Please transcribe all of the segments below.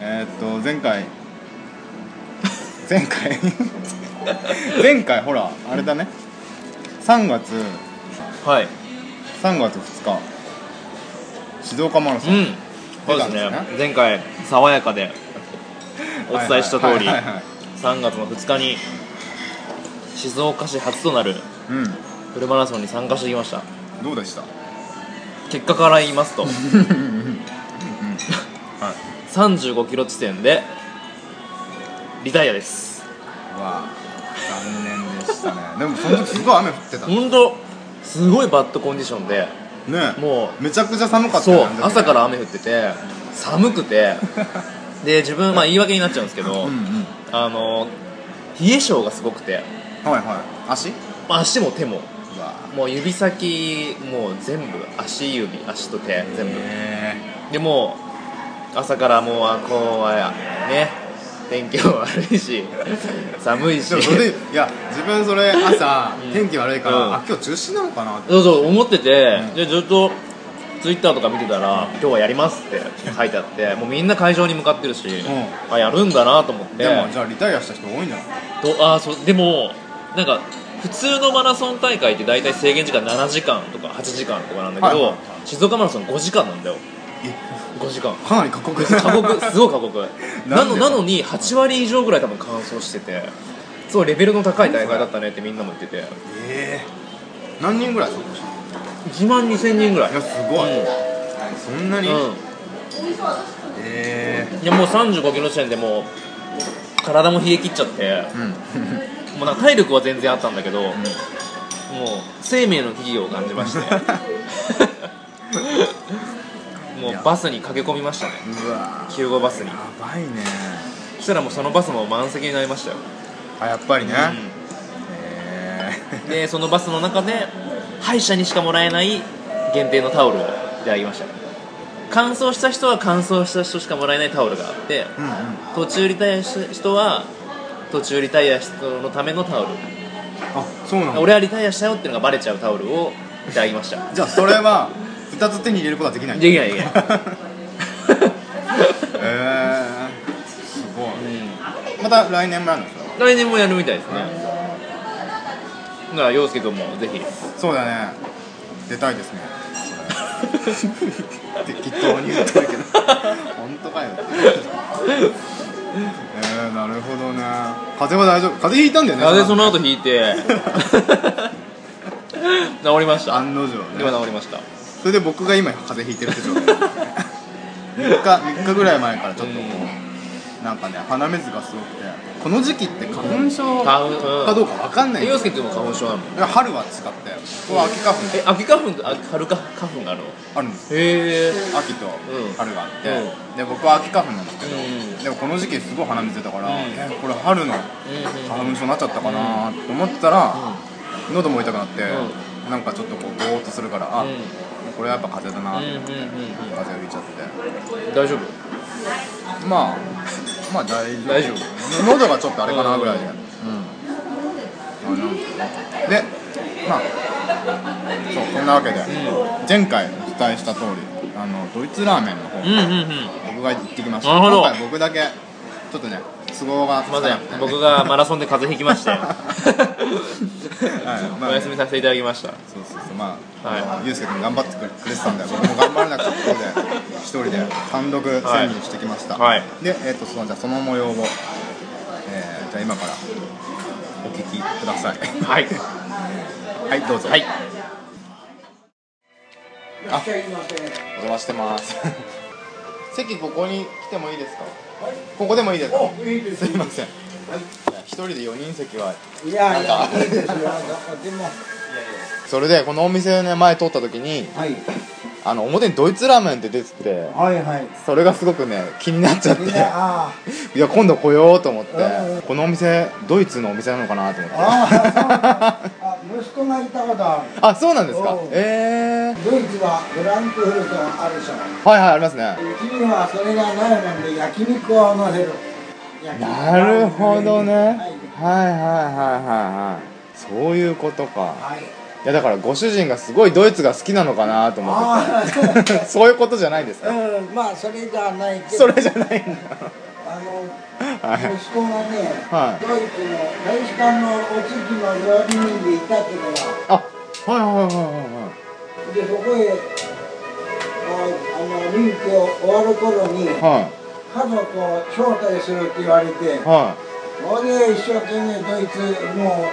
えーっと前回前回前回ほらあれだね3月はい3月2日静岡マラソうン、んそうですね前回爽やかでお伝えした通りはいはいはいはい3月の2日に静岡市初となるうんフルマラソンに参加してきましたどうでした結果から言い ますとはい3 5キロ地点でリタイアですわあ残念でしたねでもその時すごい雨降ってたね本当すごいバッドコンディションでもうめちゃくちゃ寒かったそようねあの時ね朝から雨降ってて寒くてで自分まあ言い訳になっちゃうんですけど、うんうんあの冷え性がすごくてはいはい足うまあ足も手もわもう指先もう全部足指足と手全部えでもう朝からもうあこうはね天気も悪いし 寒いしでもそれでいや自分それ朝うん天気悪いから、うんあ今日中止なのかなってそうそう思ってて、うんでずっとツイッターとか見てたら「今日はやります」って書いてあってもうみんな会場に向かってるし、んあやるんだなと思ってでもじゃあリタイアした人多いんじゃないとあーそうでもなんか普通のマラソン大会って大体制限時間7時間とか8時間とかなんだけど、はい静岡マラソン5時間なんだよ5時 間かなり過酷過酷すごい過酷ななのなんでのに8割以上ぐらい多分完走しててそうレベルの高い大会だったねってみんなも言っててええ何人ぐらい参加した1万2000人ぐらいいやすごい、うんそんなに、うええん、でもう35キロ地点でもう体も冷え切っちゃってうんもうなんか体力は全然あったんだけど、もう生命の危機を感じまして もうバスに駆け込みましたねうわ救護バスにやばいねそしたらもうそのバスも満席になりましたよ、あやっぱりね、うんええでそのバスの中で歯医者にしかもらえない限定のタオルをいただきました乾燥した人は乾燥した人しかもらえないタオルがあってうんうん途中リタイアした人は途中リタイアした人のためのタオルあそうなんだ俺はリタイアしたよっていうのがバレちゃうタオルをいただきましたじゃあそれは2つ手に入れることはできないできないできない えー、すごういんまた来年もあるんでし 来年もやるみたいですねだから陽介君も ぜひょそうだね出たいですね適当に言ってるけど本当かよってえー、なるほどね風邪は大丈夫風邪ひいたんだよねなぜその後後引い て治りました案の定今ね治りま したそれで僕が今風邪ひいてるって状態3日3日ぐらい前からちょっとこうなんかね鼻水がすごくてこの時期って花粉症か花粉うんどうかわかんないんだよ洋介君も花粉症なのいや春は違ってここは秋花粉え秋花粉とあ春か花粉があるのあるんですよへえ秋と春があって、うで僕は秋花粉なんですけど、うんでもこの時期すごい鼻水出たから、うんえこれ春の花粉症になっちゃったかなと思ったら、喉も痛くなって、うなんかちょっとこうぼーっとするからあ、うんこれはやっぱ風邪だな、うんうんうん風邪をひいちゃってうん大丈夫まあ まあ大丈夫大丈喉がちょっとあれかなぐらいで、うんあなんかでまあそうこんなわけで、前回お伝えした通りあのドイツラーメンの方、うんうんうん僕が行ってきましたなるほど今回僕だけちょっとね都合がすついかまなせくてん僕がマラソンで風邪ひき ましてはいまあお休みさせていただきましたそうそうそうまあ、はいあのゆうすけ君頑張ってくれてたんだよ 僕も頑張らなくてここで一人で単独潜入してきました、はいはで、えー、とそのじゃあその模様を、えーじゃあ今からお聞きください はいはいどうぞはいあお邪魔してます 席ここに来てもいいですかここでもいいですかいいですいません一人で4人席はいやいなんかやいいですよ。でもそれでこのお店をね前通った時にはいあの表にドイツラーメンって出ててはいはい。それがすごくね気になっちゃっ みんなてあいや今度来ようと思ってうんうんこのお店ドイツのお店なのかなと思ってあ ああ息子がいたことある。そうなんですかうんええドイツはフランクフルトがあるでしょ。うー、はいはいありますねちにはそれがないもんで焼肉を乗せる。焼肉なるほどねはいははいはいいはいはいそういうことかはいいやだからご主人がすごいドイツが好きなのかなと思っあてて そういうことじゃないですかあうんまあそれじゃないけそどれじゃないんだあのはい息子がね、はいドイツの大使館のお月の料理人でいたけどあはいはいはいはいはいでそこへああの任期を終わる頃に家は族を招待するって言われていはそれで一生懸命ドイツもう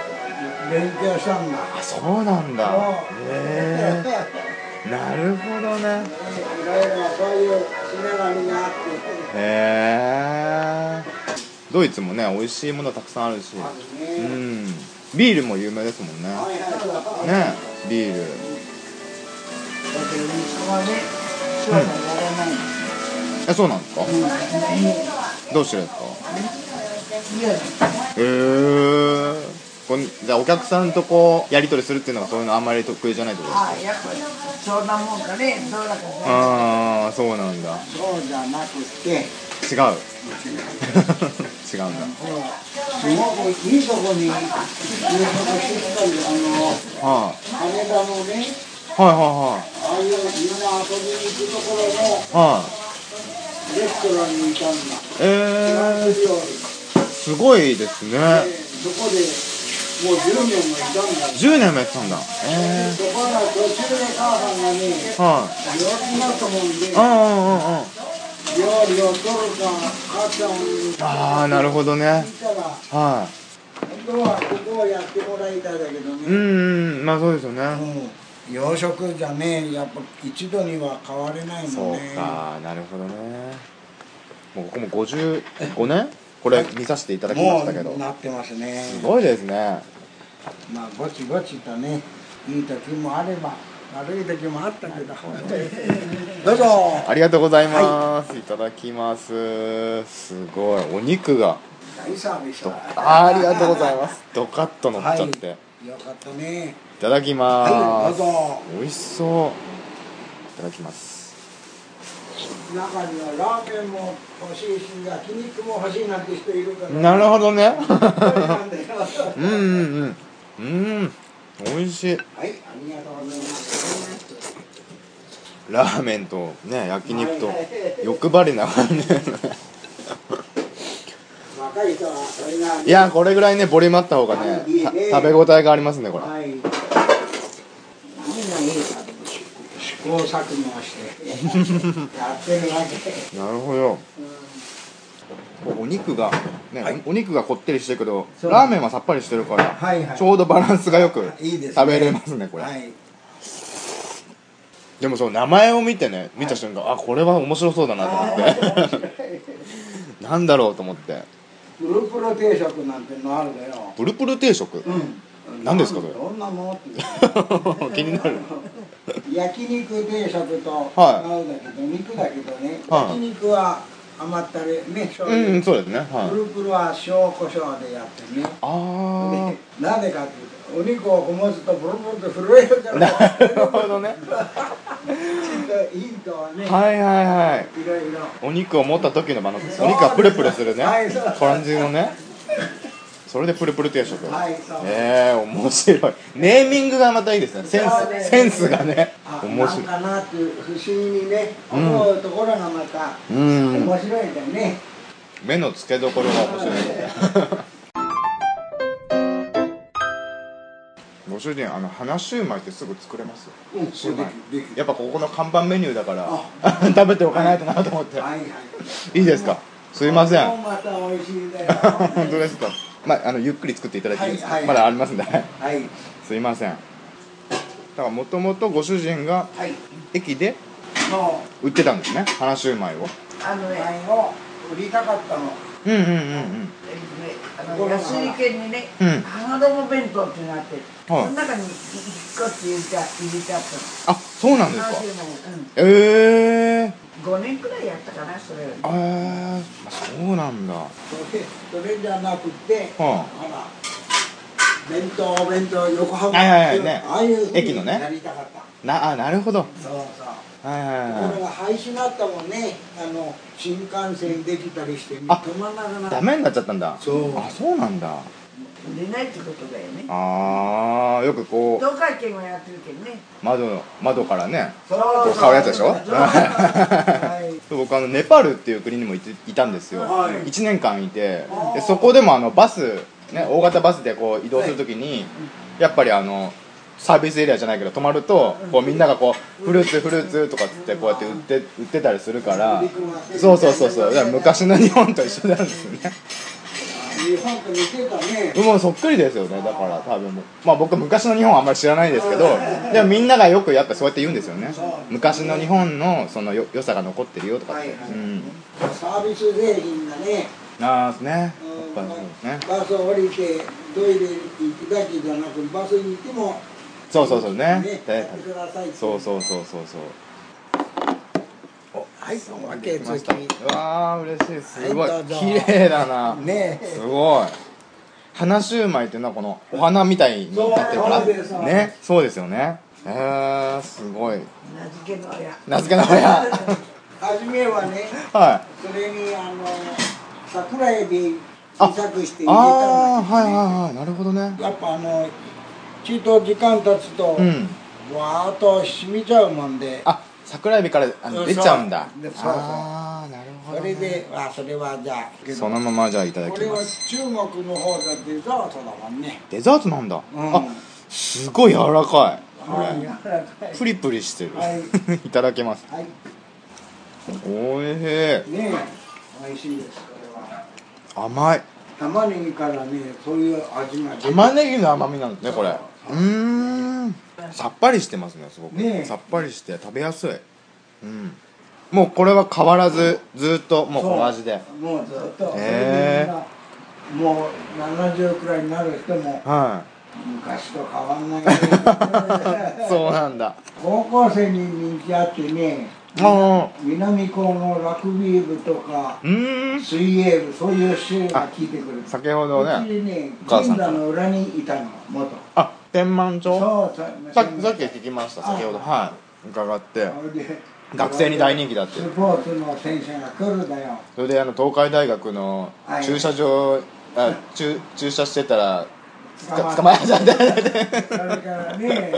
勉強したんだいあそうなんだそうへえなるほどね いろいろそういうしがらみがあっへてえドイツもね美味しいものたくさんあるしあうるね、んビールも有名ですもんねはいはいそうだねビールけど息子はね商売やらないんですえそうなんですかよ、うんどうしてですかいやへえこんじゃあお客さんとこうやり取りするっていうのがそういうのあんまり得意じゃないってことですかあやっぱりそんなもんかねどうだかねああそうなんだそうじゃなくて違う 違うんだほらすごくいいとこに入学してきたんだよはあの羽田のねいはいはああいうみんな遊びに行くところのいはいはレストランにいたんだいフランえス料ー、すごいですね理でそこでもう10年もいたんだよ10年もやってたんだえそこから途中で母さんがねえー、はい病気になったもんでうんうんうんうん料理を取るか母ちゃんにああなるほどね聞いたらは本当はここをやってもらいたいだけどいうんね、うんまあそうですよねうん、洋食じゃねやっぱ一度には変われないそもんねうかなるほどねもうここも55年これ見させていただきましたけどもうなってますねすごいですねまあぼちぼちとねいい時もあれば悪い時もあったけどどうぞありがとうございます、い、ただきますすごいお肉が大サービスどだあーありがとうございますドカッと乗っちゃって、い、よかったねただきまはいーす、どうぞ美味しそういただきます中にはラーメンも欲しいし焼肉も欲しいなんて人いるからなるほどね そうなんだよ うんうんうんうん美味しいはいありがとうございますラーメンとね焼肉とはいはい欲張りな感じ だよね若い人はそれがねいやこれぐらいねボリュームあった方がねいいたね食べ応えがありますねこれはい。何がいいか試行錯誤をしてやってるわけ。なるほどお肉がね、はいお肉がこってりしてるけどそうラーメンはさっぱりしてるから、はいはいちょうどバランスがよくいいですね食べれますねこれはい。でもその名前を見てね見た瞬間、あこれは面白そうだなと思って なんだろうと思ってプルプル定食なんてのあるだよ。プルプル定食うん何ですかそれどんなのって。 気になる焼肉定食とは合うだけど、肉だけどね、はい焼肉は甘ったれね醤う油、んうんそうですねプはいルプルは塩コショウでやってね。あでなんでかっていうとお肉をこもつとブルブルと震えるからなる ほどねいいとはね、あはいはいはいい、ろいろお肉を持った時のバランスお肉がプルプルするねはいそう感じのねそれでプルプル定食はいそうええ面白いネーミングがまたいいですねセンそうねスセンスがねあ面な白んいかなっていう不思議にねうん思うところがまたうん面白いんだよね、目の付けどころが面白いですねご主人あの花シューマイってすぐ作れますうんシューマイできるやっぱここの看板メニューだから食べておかないとなと思ってはいはいいいですかすいませんもうまた美味しい んだよ本当ですかまああのゆっくり作っていただいていいですか、はいはいまだありますんで はいはいすいませんだからもともとご主人がはい駅でそ売ってたんですね花シューマイをうあのねを売りたかったのうんうんうんねあの安い券にね、うん花玉弁当ってなってる、はいその中に1個って入れてあ入れてあったあそうなんですの。かあでもうんええ5年くらいやったかな、それ。ー、あーそうなんだそれそれじゃなくて、はあら弁当お弁当横浜はいはいはいねああいう風に駅のねやりたかったなあなるほどそうそうはいはいとはこれが廃止になったもんねあの新幹線できたりしてあ止まんなくなっいたダメになっちゃったんだそうあそうなんだ売れないってことだよねああよくこう同会見はやってるけどね窓の窓からねそうこう買うやつでしょはい 僕あのネパールっていう国にもいていたんですよ、はい1年間いてでそこでもあのバス、ね、大型バスでこう移動するときに、やっぱりあのサービスエリアじゃないけど泊まるとこうみんながこうフルーツフルーツとかっつってこうやって売って売ってたりするからそうそうそうそうだから昔の日本と一緒なんですよね日本と似てたねもうそっくりですよねだから多分もうまあ僕昔の日本はあんまり知らないですけどでもみんながよくやっぱそうやって言うんですよね昔の日本のそのよ良さが残ってるよとかって、はいはいうんサービス製品がねああですねやっうんぱりそうですねバス降りてトイレ行くだけじゃなくバスに行ってもそうそうそうねねやでってくださいってそうそうそうそうそうはいおまけ来ま続したうわー嬉しいすごいはいどうぞ綺麗だなきねすごい花シューマイっていうのはこのお花みたいになってるからそうそうですねそうですよねえー、すごい名付けの親名付け 名前や初めはねはいそれにあの桜エビあ小さくして入れああたんだけはどねいはいはいなるほどねやっぱあのちょっと時間経つと、うんわーっと染みちゃうもんであ桜エビからあうのん出ちゃうんだそうでそうそうああなるほそどれねであそれはじゃあそのままじゃあいただこきれまはす中国の方だってザートだもんねデザートなんだうんあすごい柔らかいほら柔らかいプリプリしてるはい いただきますはいおいしいねえ美味しいですこれは甘い玉ねぎからねそういう味が出て玉ねぎの甘みなんですねこれうーんさっぱりしてますねすごく、ねえさっぱりして食べやすいうんもうこれは変わらずずっともうこの味でもうずっとへえそれでみんなもう70くらいになる人もは昔と変わんないね、い そうなんだ高校生に人気あってねああ南高のラグビー部とかうーん水泳部そういう州が聞いてくるう先ほどちねでねお母さん神社の裏にいたの元あ天満町そうささっきさっき聞きました先ほどあはい伺ってそれで学生に大人気だってスポーツの選手が来るだよそれであの東海大学のはい駐車場あ駐駐車してたらつか捕捕ままえちゃってそれからね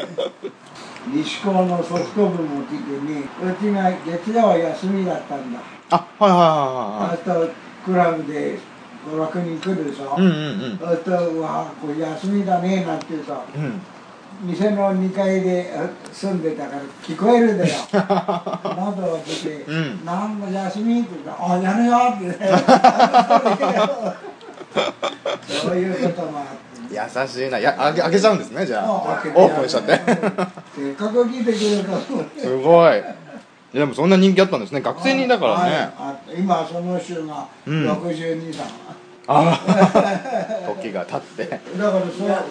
西高のソフト部も来てねうちが月曜は休みだったんだあはいはあとクラブで56人来るでしょ、いはいはいうんうんうんあとはこれ休みだねなんてさうん店の2階であ住んでたから聞こえる んだよ窓を開けて「うんなんも休み」って言ったら「あやるよ」ってね あのそういうこともあってね優しいなやあげあげちゃうんですねじゃあもう開けてオープンしちゃって せっかく来てくれたのにすごいいやでもそんな人気あったんですね学生にだからね、はいあ今その人がうん62だ、ああ時が経ってだから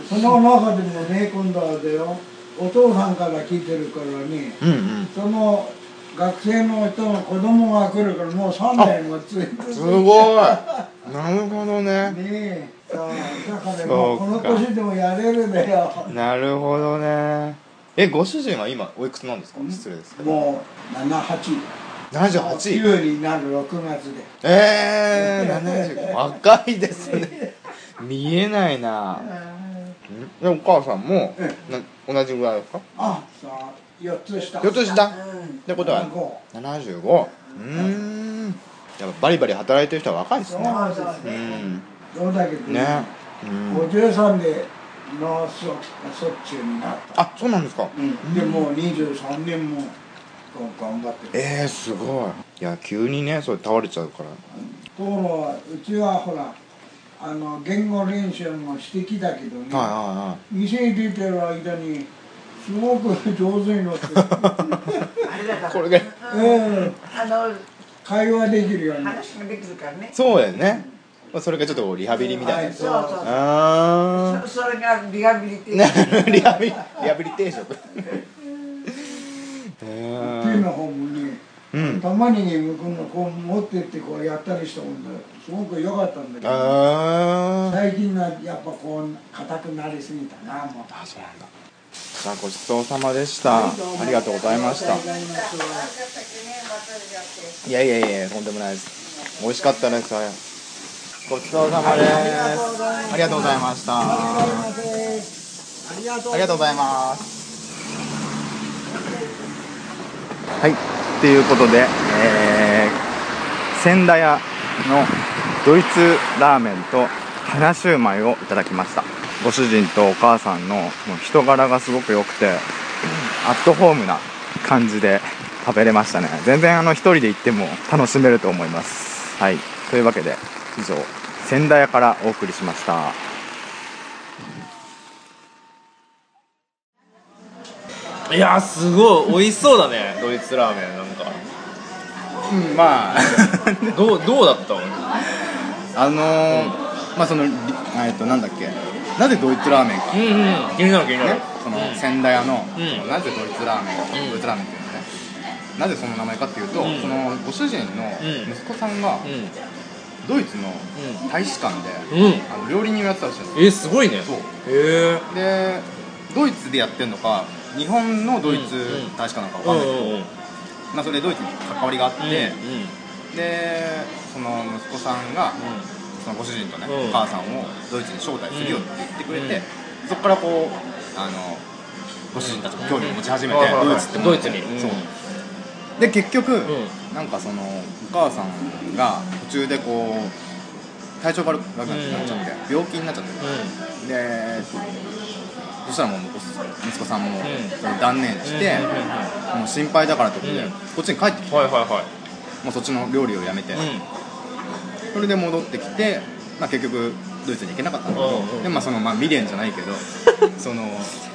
そその中でもね今度はだよお父さんから聞いてるからねうんうんその学生の人の子供が来るからもう3代もついてるすごいなるほどねねえそうだからそもううかこの年でもやれるんだよなるほどねえご主人は今おいくつなんですか失礼ですけどもう78 78 9になる6月でえー、70若いですね見えないなでお母さんもな同じぐらいですかあさあ4つ下4つ下っうんてことは75う75ーんやっぱバリバリ働いてる人は若いですそうねなんですうねんそうだけどねうん53で脳卒中になった、あそうなんですかうん、でもう23年も頑張ってるえー、すごいいや急にねそれ倒れちゃうからところはうちはほらあの言語練習もしてきたけどね、は店に出てる間にすごく上手 になってる、あれだからこれがうん、あの会話できるようになった話ができるからねそうだよねまあそれがちょっとリハビリみたいなそうそうあそそれがリハビ リティ ーなリハビリリハビリ定食へ手ーの方もねうん玉ねぎ向くのこう持ってってこうやったりしたもんだよすごく良かったんだけどあー最近はやっぱこう硬くなりすぎたなもうあそうなんださあごちそうさまでしたありがとうございましたいやいやいやとんでもないです美味しかったですごちそうさまですありがとうございましたありがとうございますはいっていうことで、えー、千駄屋のドイツラーメンとハナシューマイをいただきましたご主人とお母さんのもう人柄がすごく良くてアットホームな感じで食べれましたね全然あの一人で行っても楽しめると思いますはいというわけで以上仙台屋からお送りしましたいやーすごい美味しそうだね ドイツラーメンなんかうんまあ どうどうだったのあのーまあそのりえっとなんだっけなぜドイツラーメンかうんうん気になる気になる、ねそのうん仙台屋の、うんそのなぜドイツラーメンか、うんドイツラーメンっていうのねなぜその名前かっていうと、うんそのご主人のうん息子さんがドイツの大使館で、うんうんあの料理人をやってたらしいんですよえすごいねそうへえでドイツでやってんのか日本のドイツ大使館なのかわかんないけど、うんまあ、それでドイツに関わりがあって、うんうんでその息子さんがそのご主人とね、うんお母さんをドイツに招待するよって言ってくれて、うそこからこうあのご主人たちも興味を持ち始めて、うんうドんイツってものドイツにそううんで結局、んなんかそのお母さんが途中でこう体調悪くなっちゃって、病気になっちゃって、でそしたらもう息子さんも断念して、うんうんうんうんもう心配だからってことで、うんこっちに帰ってきてはいはいはもうそっちの料理をやめて、いうんそれで戻ってきて、まあ、結局ドイツに行けなかったんだけど、うんうんでまあその、まあ、未練じゃない けどその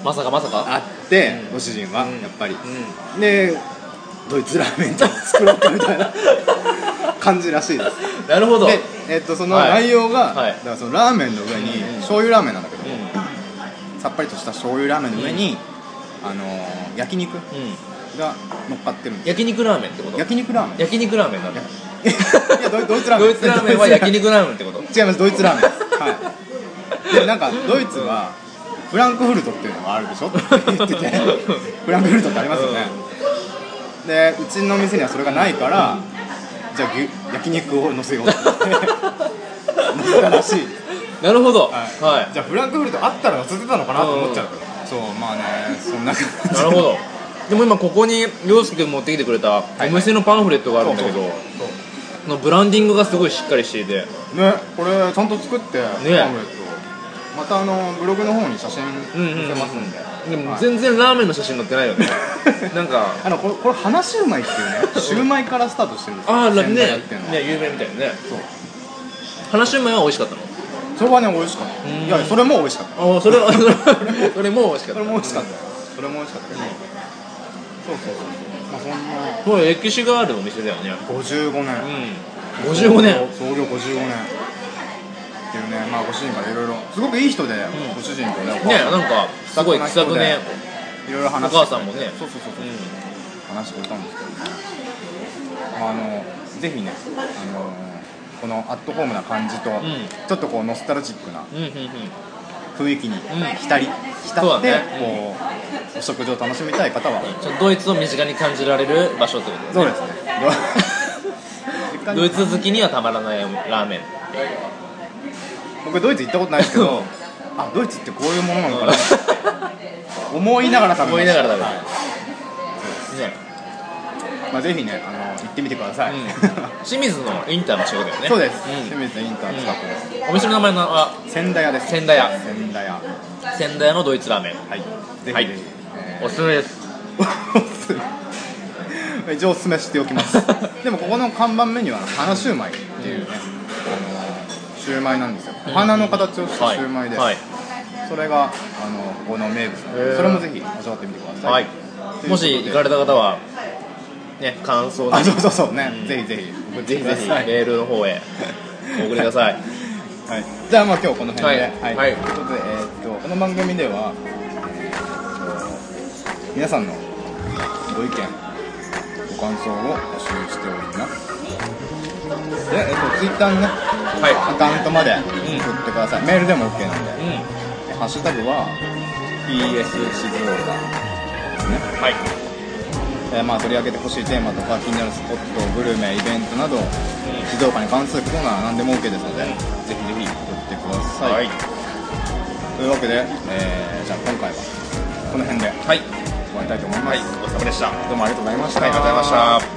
まさかまさかあって、うんご主人はうんやっぱり、うでドイツラーメンを作ろうかみたい な感じらしいですん なるほどで、えっとそのはい内容が、はだいからそのラーメンの上にうんうん醤油ラーメンなんだけど、うんさっぱりとした醤油ラーメンの上に、あのー焼肉うんが乗っかってるんです焼肉ラーメンってこと焼肉ラーメン焼肉ラーメンだねいやドイドイツラーメン ドイツラーメンは焼肉ラーメンってこと違いますドイツラーメンですはいでなんかドイツはフランクフルトっていうのがあるでしょって言っててフランクフルトってありますよね、でうちの店にはそれがないからじゃあ牛焼肉を乗せようって 乗せたらしい、 なるほはいどはじゃあフランクフルトあったら乗せてたのかなと思っちゃうけどそうまあねそんな感いじなるほどでも今ここに涼介君持ってきてくれたお店のパンフレットがあるんだけどそうそのブランディングがすごいしっかりしていてねこれちゃんと作ってパンフレットまたあのブログの方に写真載せますんで、でもはい全然ラーメンの写真載ってないよ ねなんかあのこれこれ花シューマイっていうね シューマイからスタートしてるんですよああね仙台屋っていうのは、ね有名みたいなねそう話しマイは美味しかったのそれはね美味しかったうんいやそれも美味しかったああそ れはそれも美味しかそったれも美味しかったよそれも美味しかったけどそうそうそうまあこれ歴史があるお店だよねそんな55年うん55年創業55年っていうねまあご主人からいろいろすごくいい人でご主人とねお母ねさんなんかすごい気さくねいろいろお話して母さんもねそうそうそうそうう話してくれたんですけどね、まあ、あのぜひね、あのこのアットホームな感じと、んちょっとこうノスタルジックなんうんうんうんうん雰囲気にん浸り、浸そうだって、ねこうお食事を楽しみたい方は、ちょっとドイツを身近に感じられる場所ってこそとうねですねドイツ好きにはたまらないラーメン 僕ドイツ行ったことないですけどあドイツってこういうものなのかな思いながら食べ思まいしなたがらだはねいまあ、ぜひねあの行ってみてください、うん清水のインターの仕事だよね そうです、ん清水インター近くのお店の名前は仙台屋です仙台屋仙台屋仙台のドイツラーメンはい、ぜはいひぜひ、えーおすすめですおすすめ 一応おすすめしておきます でもここの看板メニューは花シューマイっていうね、あのシューマイなんですよお花の形をしたシューマイで、はいそれがあのここの名物なのへーでそれもぜひ味わってみてくださ、はいいもし行かれたた方はね感想あなそうそうそうね、うんぜひぜひ送っぜてひくぜだひさい、メールの方へお送りくださいはい、じゃあまあ今日この辺ではいはいということで、えーっとこの番組では、えーっと皆さんのご意見ご感想を募集しておりますで、えーっとツイッターのねアはカウントまで送ってください、メールでも OK なんでい、うん、でハッシュタグは PS 静岡ですねはいええーまあ、取り上げてほしいテーマとか気になるスポットグルメイベントなど静岡に関することなら何でも OK ですので、ぜひぜひ送ってください、はいというわけで、えーじゃあ今回はこの辺で終はいわりたいと思います、はいお疲れ様でしたどうもありがとうございましたはいありがとうございました